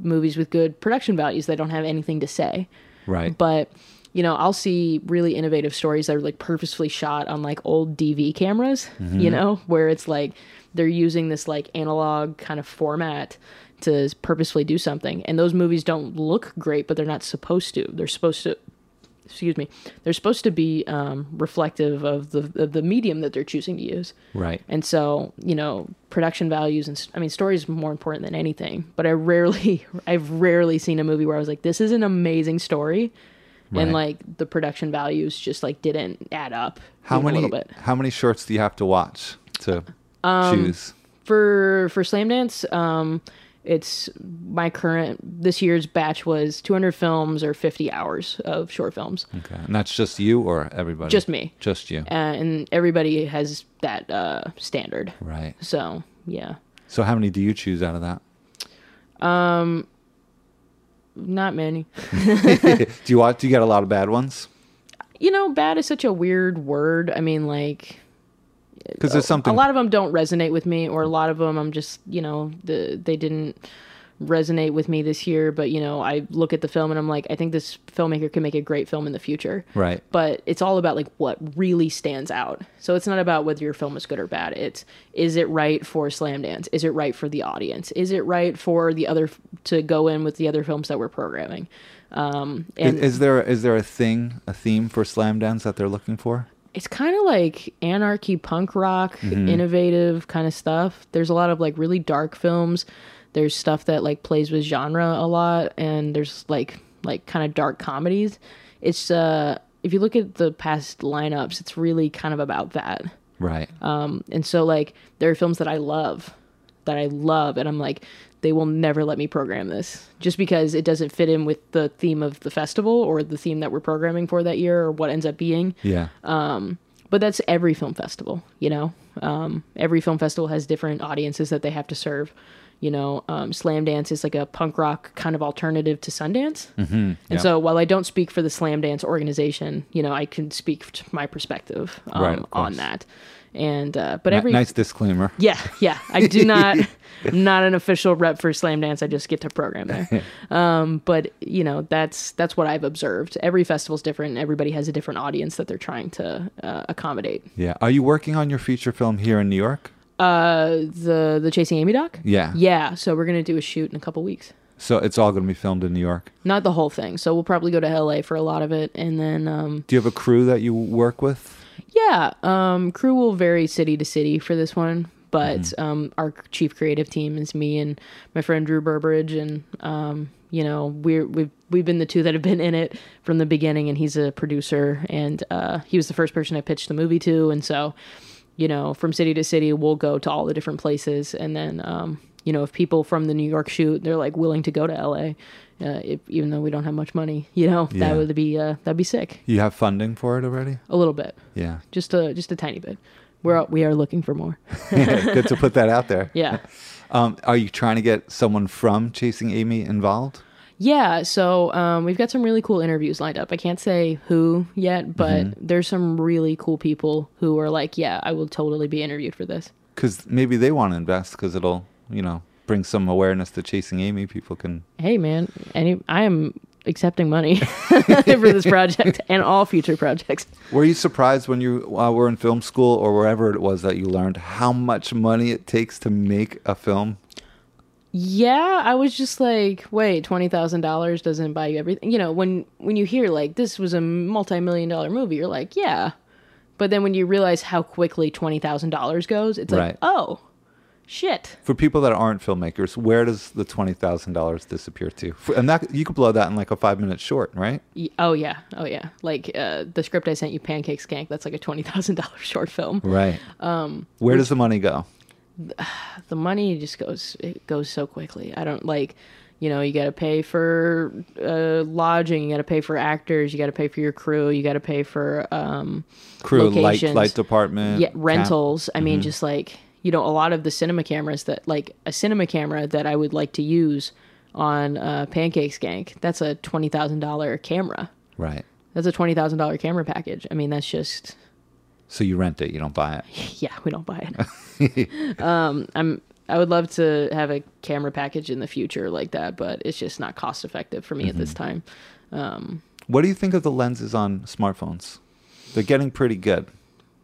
movies with good production values that don't have anything to say Right. but you know i'll see really innovative stories that are like purposefully shot on like old dv cameras you know where it's like they're using this like analog kind of format to purposefully do something and those movies don't look great but they're not supposed to they're supposed to excuse me they're supposed to be um, reflective of the of the medium that they're choosing to use right. and so, you know, production values and s- I mean, story is more important than anything. But I rarely, (laughs) I've rarely seen a movie where I was like, this is an amazing story. Right. And like the production values just like didn't add up. how even many A little bit. Um, how many shorts do you have to watch to choose? For for Slam Dance, um, it's my current this year's batch was 200 films or 50 hours of short films. Okay. And that's just you or everybody? Just me. Just you. Uh, and everybody has that uh, standard. right. So yeah. So how many do you choose out of (laughs) that? (laughs) Not many. do you watch do you get a lot of bad ones? you know, bad is such a weird word. I mean, like Because there's something a lot of them don't resonate with me, or a lot of them I'm just, you know, the they didn't resonate with me this year. But you know, I look at the film and I'm like, I think this filmmaker can make a great film in the future. Right. But it's all about like what really stands out. So it's not about whether your film is good or bad. It's is it right for slam dance? Is it right for the audience? Is it right for the other to go in with the other films that we're programming? Um, Is, and is there is there a thing, a theme for slam dance that they're looking for? it's kind of like anarchy punk rock innovative kind of stuff there's a lot of like really dark films there's stuff that like plays with genre a lot and there's like like kind of dark comedies it's uh if you look at the past lineups it's really kind of about that Um, Right. Uh, and so like there are films that i love that i love and i'm like they will never let me program this just because it doesn't fit in with the theme of the festival or the theme that we're programming for that year or what ends up being yeah. uh, but that's every film festival you know um, every film festival has different audiences that they have to serve you know um, slam dance is like a punk rock kind of alternative to sundance mm-hmm, and so while i don't speak for the slam dance organization you know i can speak to my perspective um, Right, of on course. that and uh, but Ni- every nice disclaimer. yeah, yeah. I do not, I'm not an official rep for Slam Dance. I just get to program there. Um, but you know, that's that's what I've observed. Every festival's different. and Everybody has a different audience that they're trying to uh, accommodate. Yeah. Are you working on your feature film here in New York? Uh, the the Chasing Amy doc. Yeah. Yeah. So we're gonna do a shoot in a couple weeks. So it's all going to be filmed in New York. Not the whole thing. So we'll probably go to LA for a lot of it, and then um, Do you have a crew that you work with? Yeah, um, crew will vary city to city for this one, but um, our chief creative team is me and my friend Drew Burbridge, and um, you know we're we've we've been the two that have been in it from the beginning, and he's a producer, and uh, he was the first person I pitched the movie to, and so you know, from city to city, we'll go to all the different places. And then, um, you know, if people from the New York shoot, they're like willing to go to LA, uh, if, even though we don't have much money, you know, Yeah. that would be, uh, that'd be sick You have funding for it already? a little bit, Yeah. (laughs) just a, just a tiny bit. We're, we are looking for (laughs) more. Good to put that out there. Yeah. Um, are you trying to get someone from Chasing Amy involved? Yeah, so um, we've got some really cool interviews lined up. I can't say who yet, but there's some really cool people who are like, yeah, I will totally be interviewed for this. Because maybe they want to invest because it'll, you know, bring some awareness to Chasing Amy. People can. Hey, man, any I am accepting money (laughs) for (laughs) this project and all future projects. Were you surprised when you uh, were in film school or wherever it was that you learned how much money it takes to make a film? Yeah, I was just like, wait, twenty thousand dollars doesn't buy you everything. You know, when when you hear like this was a multi-million dollar movie, you're like, yeah, but then when you realize how quickly twenty thousand dollars goes, it's Right. like, oh, shit. For people that aren't filmmakers, where does the twenty thousand dollars disappear to? For- And that you could blow that in like a five minute short, right? Y- Oh yeah, oh yeah. Like uh, the script I sent you, Pancake Skank. That's like a twenty thousand dollars short film. Right. Um, where does the money go? The money just goes. It goes so quickly. I don't like. You know, you got to pay for uh, lodging. You got to pay for actors. You got to pay for your crew. You got to pay for um, Crew, light, Locations. light department, yeah, cap- rentals. I mean, just like you know, a lot of the cinema cameras that like a cinema camera that I would like to use on uh, Pancake Skank. That's a twenty thousand dollar camera. Right. That's a twenty thousand dollar camera package. I mean, that's just So you rent it, you don't buy it. yeah, we don't buy it. um, I'm I would love to have a camera package in the future like that, but it's just not cost effective for me at this time. What do you think of the lenses on smartphones? They're getting pretty good.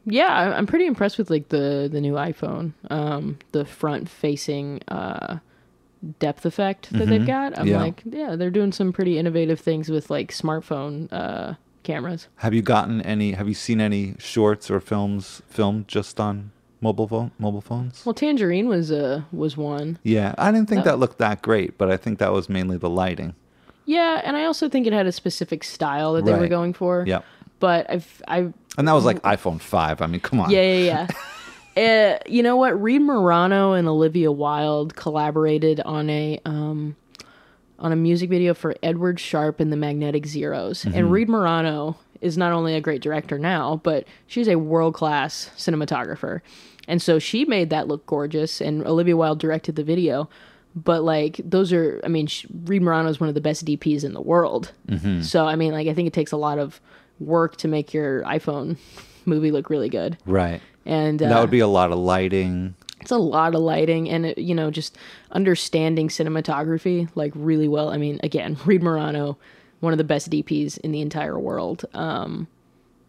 Yeah, I- I'm pretty impressed with like the the new iPhone, um, the front facing uh, depth effect that they've got. I'm Mm-hmm. Yeah. like, yeah, they're doing some pretty innovative things with like smartphone uh, cameras. Have you gotten any? Have you seen any shorts or films filmed just on mobile phone, mobile phones? Well, Tangerine was uh, was one. yeah, I didn't think No. that looked that great, but I think that was mainly the lighting. Yeah, and I also think it had a specific style that they were Right. going for. Yep. But I've I And that was like iPhone five. I mean, come on. Mm. Yeah, yeah, yeah. uh, you know what? Reed Morano and Olivia Wilde collaborated on a um, on a music video for Edward Sharpe and the Magnetic Zeros. And Reed Morano is not only a great director now, but she's a world class cinematographer. And so she made that look gorgeous, and Olivia Wilde directed the video. But like those are, I mean, sh Reed Morano is one of the best DPs in the world. So I mean, like I think it takes a lot of work to make your iPhone (laughs) movie look really good Right. and uh, That would be a lot of lighting. it's a lot of lighting and it, you know just understanding cinematography like really well i mean again (laughs) reed morano one of the best dps in the entire world um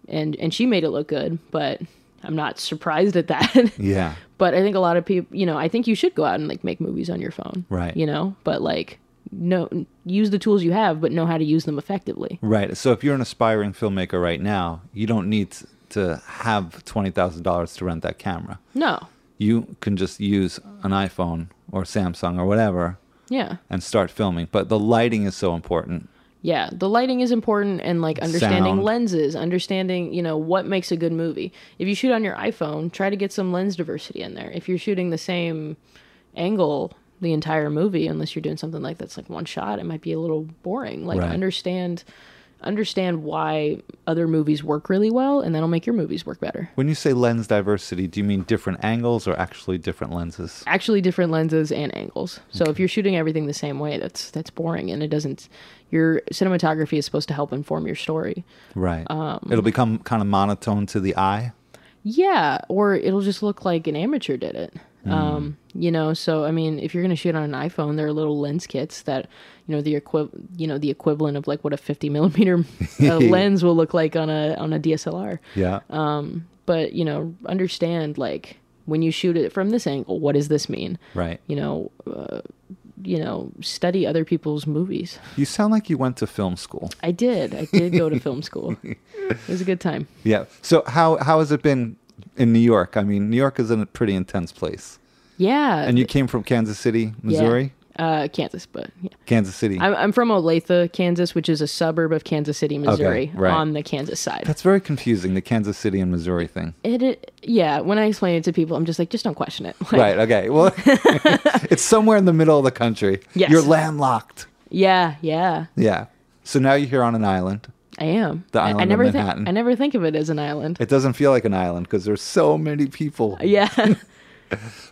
and and she made it look good but i'm not surprised at that (laughs) Yeah. but i think a lot of people you know i think you should go out and like make movies on your phone Right. you know but like no use the tools you have but know how to use them effectively Right. So if you're an aspiring filmmaker right now, you don't need t- to have twenty thousand dollars to rent that camera. no You can just use an iPhone or Samsung or whatever yeah and start filming. But the lighting is so important. Yeah, the lighting is important and like understanding Sound. lenses, understanding, you know, what makes a good movie. If you shoot on your iPhone, try to get some lens diversity in there. If you're shooting the same angle the entire movie, unless you're doing something like that's like one shot, it might be a little boring. Like Right. understand understand why other movies work really well and that'll make your movies work better. When you say lens diversity, do you mean different angles or actually different lenses? Actually different lenses and angles. So if you're shooting everything the same way, that's that's boring and it doesn't your cinematography is supposed to help inform your story. Right. It'll become kind of monotone to the eye. Yeah, or it'll just look like an amateur did it. Hmm. Um, you know, so I mean, if you're going to shoot on an iPhone, there are little lens kits that, you know, the equi- you know, the equivalent of like what a 50 millimeter (laughs) uh, lens will look like on a on a DSLR. Yeah. But you know, understand like when you shoot it from this angle, what does this mean? right. You know, uh, you know, study other people's movies. You sound like you went to film school. I did. I did go to film (laughs) school. It was a good time. Yeah. So how how has it been in New York? I mean, New York is a pretty intense place. Yeah. And you came from Kansas City, Yeah. Missouri. Uh, Kansas, but yeah. Kansas City. I'm, I'm from Olathe, Kansas, which is a suburb of Kansas City, Missouri, right. on the Kansas side. That's very confusing, the Kansas City and Missouri thing. It, it, yeah. When I explain it to people, I'm just like, just don't question it. (laughs) Like, Right, okay. Well, (laughs) it's somewhere in the middle of the country. Yes. You're landlocked. Yeah, yeah. Yeah. So now you're here on an island. I am. The I- island I, of never think. Manhattan. I never think of it as an island. It doesn't feel like an island because there's so many people. (laughs) Uh, yeah.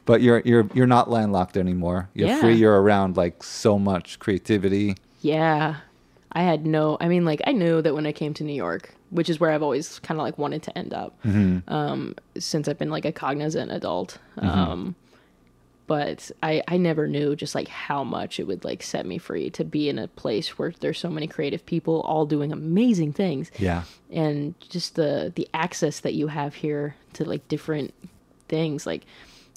But you're you're you're not landlocked anymore. You're Yeah. free. You're around like so much creativity. Yeah. I had no, I mean, like, I knew that when I came to New York, which is where I've always kind of like wanted to end up um, since I've been like a cognizant adult. Um, but I, I never knew just like how much it would like set me free to be in a place where there's so many creative people all doing amazing things. Yeah. And just the, the access that you have here to like different things like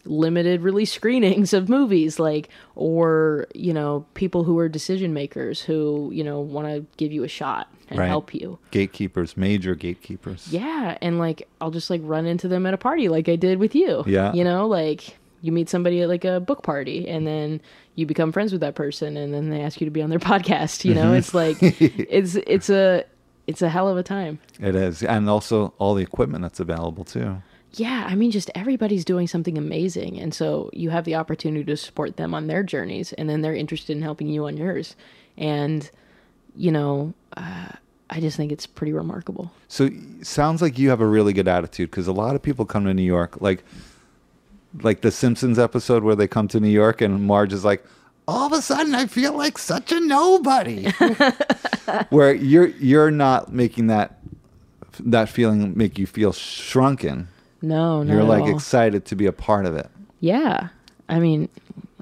limited release (laughs) screenings of movies like or you know people who are decision makers who you know want to give you a shot and Right. help you Gatekeepers, major gatekeepers. yeah and like i'll just like run into them at a party like i did with you Yeah. you know like you meet somebody at like a book party and then you become friends with that person and then they ask you to be on their (laughs) podcast Mm-hmm. you know it's like it's it's a it's a hell of a time It is, and also all the equipment that's available too. yeah, I mean, just everybody's doing something amazing. And so you have the opportunity to support them on their journeys, and then they're interested in helping you on yours. And, you know, uh, I just think it's pretty remarkable. So sounds like you have a really good attitude because a lot of people come to New York, like like the Simpsons episode where they come to New York and Marge is like, all of a sudden I feel like such a (laughs) nobody. where you're you're not making that that feeling make you feel shrunken. No, no. You're like excited to be a part of it. yeah. I mean,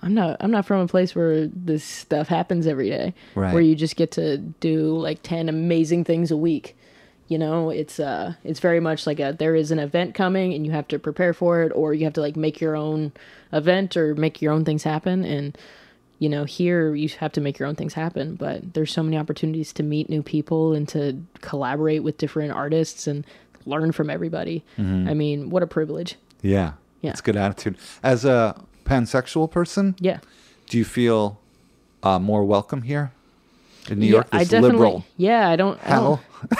I'm not I'm not from a place where this stuff happens every day, Right. where you just get to do like 10 amazing things a week. You know, it's uh it's very much like a there is an event coming and you have to prepare for it or you have to like make your own event or make your own things happen and you know, here you have to make your own things happen, but there's so many opportunities to meet new people and to collaborate with different artists and learn from everybody. I mean, what a privilege. Yeah. Yeah. It's good attitude. As a pansexual person, Yeah. do you feel uh, more welcome here in New York? yeah, I This definitely, liberal Yeah, I don't. I (laughs) hell. don't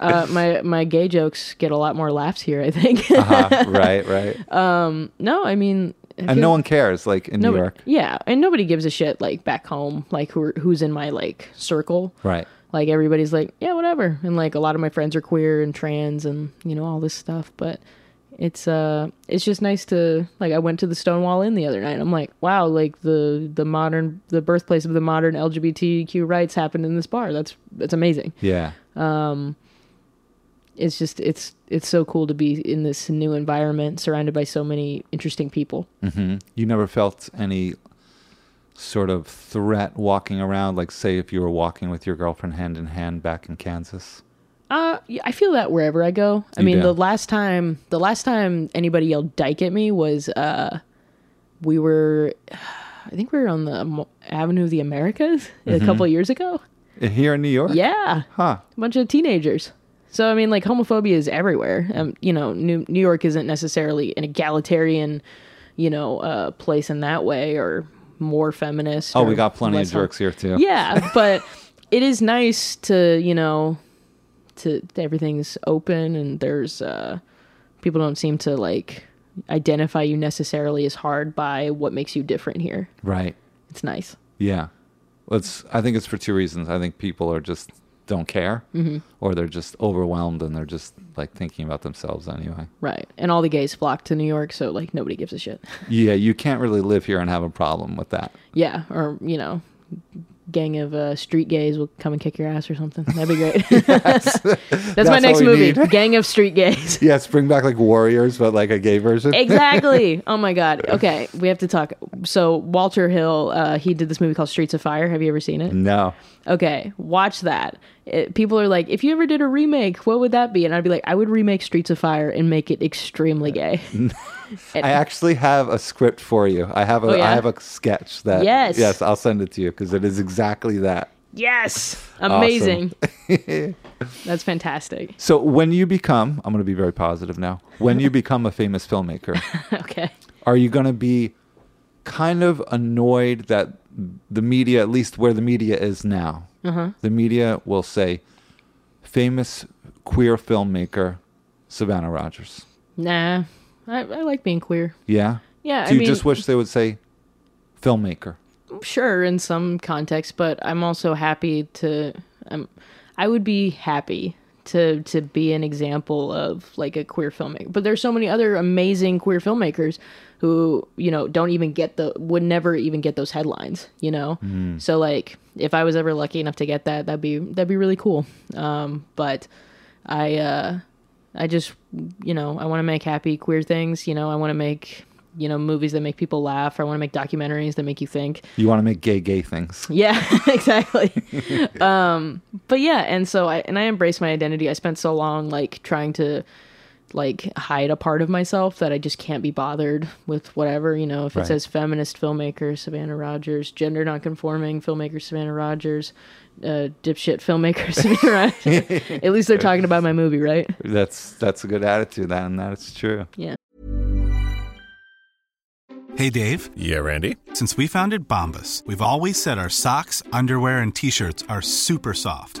uh, my my gay jokes get a lot more laughs here. I think. Uh-huh, (laughs) right, right. (laughs) no, I mean, I and feel- no one cares, like in nobody- New York. Yeah, and nobody gives a shit like back home, like who who's in my like circle. Right. Like everybody's like, yeah, whatever. And like a lot of my friends are queer and trans and you know all this stuff, but it's uh it's just nice to like I went to the Stonewall Inn the other night. I'm like, wow, like the the modern the birthplace of the modern LGBTQ rights happened in this bar. That's that's amazing. Yeah. it's just it's it's so cool to be in this new environment surrounded by so many interesting people You never felt any sort of threat walking around, like say if you were walking with your girlfriend hand in hand back in Kansas. uh yeah, i feel that wherever i go i You mean do. the last time the last time anybody yelled dyke at me was uh we were i think we were on the Mo- avenue of the americas (laughs) a couple of years ago Eh, Here in New York? yeah Mm-hmm. Huh. a bunch of teenagers so i mean like homophobia is everywhere um you know new, new york isn't necessarily an egalitarian you know uh place in that way or more feminist Oh, or we got plenty of less hom- jerks here too. yeah but it is nice to you know to everything's open and there's uh people don't seem to like identify you necessarily as hard by what makes you different here Right. it's nice Yeah. Let's I think it's for two reasons. I think people are just don't care Mm-hmm. or they're just overwhelmed and they're just like thinking about themselves anyway. right and all the gays flock to new york so like nobody gives a shit Yeah, you can't really live here and have a problem with that. yeah or you know gang of uh, street gays will come and kick your ass or something that'd be great (laughs) (laughs) that's, my all next we movie need. gang of street gays Yes, bring back like warriors but like a gay version. exactly. Oh my god. Okay, we have to talk. So Walter Hill, uh, he did this movie called Streets of Fire. Have you ever seen it? No. Okay, watch that. It, people are like, if you ever did a remake, what would that be? And I'd be like, I would remake Streets of Fire and make it extremely gay. (laughs) I actually have a script for you. I have a I Oh, yeah? have a sketch that Yes. yes, I'll send it to you because it is exactly that. yes, amazing. That's fantastic. (laughs) So when you become, I'm going to be very positive now. When you become a famous filmmaker, Okay. are you going to be kind of annoyed that the media, at least where the media is now, Uh-huh. the media will say, famous queer filmmaker Savannah Rogers. Nah, I, I like being queer. Yeah. Yeah, Do I you mean- just wish they would say, filmmaker? Sure, in some context, but I'm also happy to. Um, I would be happy to to be an example of like a queer filmmaker. But there's so many other amazing queer filmmakers who you know don't even get the would never even get those headlines. You know, so like if I was ever lucky enough to get that, that'd be that'd be really cool. Um, but I. Uh, I just, you know, I want to make happy queer things. You know, I want to make, you know, movies that make people laugh. I want to make documentaries that make you think. You want to make gay, gay things. (laughs) Yeah, exactly. (laughs) um, but yeah, and so I and I embrace my identity. I spent so long like trying to like hide a part of myself that I just can't be bothered with whatever, you know, if it Right. says feminist filmmaker Savannah Rogers, gender nonconforming filmmaker Savannah Rogers, uh, dipshit filmmaker (laughs) Savannah Rogers. At least they're talking about my movie, right? That's that's a good attitude, that, and that's true. Yeah. Hey, Dave. Yeah, Randy. Since we founded Bombus, we've always said our socks, underwear, and t shirts are super soft.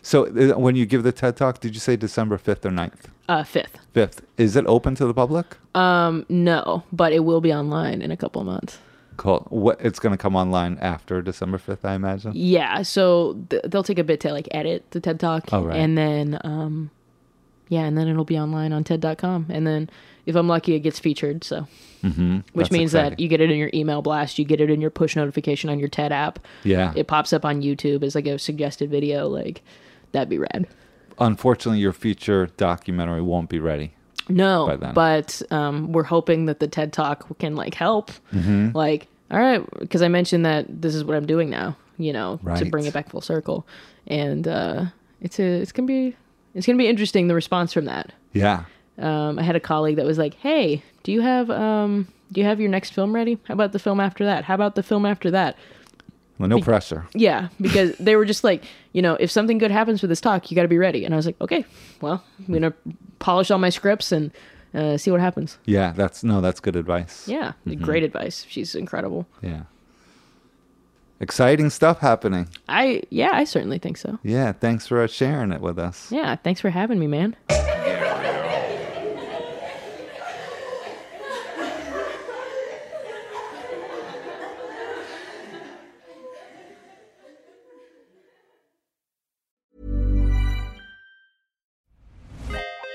So uh, when you give the TED Talk, did you say December 5th or 9th? Uh, fifth. 5th. Is it open to the public? Um, no, but it will be online in a couple of months. Cool. What, it's going to come online after December 5th, I imagine. Yeah, so th- they'll take a bit to like edit the TED Talk, Oh, right. and then um, yeah, and then it'll be online on TED.com, and then if I'm lucky, it gets featured. So, which Hmm, That's means that exciting. you get it in your email blast, you get it in your push notification on your TED app. Yeah. it pops up on YouTube as like a suggested video. Like that'd be rad. Unfortunately, your feature documentary won't be ready. No, by then. but um, we're hoping that the TED Talk can like help. Mm-hmm. Like, all right, because I mentioned that this is what I'm doing now. You know, to Right. bring it back full circle, and uh, it's a it's gonna be it's gonna be interesting the response from that. Yeah. Um, I had a colleague that was like, "Hey, do you have um, do you have your next film ready? How about the film after that? How about the film after that?" Well, no pressure. Yeah, because they were just like, you know, if something good happens with this talk, you got to be ready. And I was like, okay, well, I'm gonna polish all my scripts and uh, see what happens. Yeah, that's no, that's good advice. Yeah, great advice. She's incredible. Yeah. Exciting stuff happening. I yeah, I certainly think so. Yeah, thanks for uh, sharing it with us. Yeah, thanks for having me, man.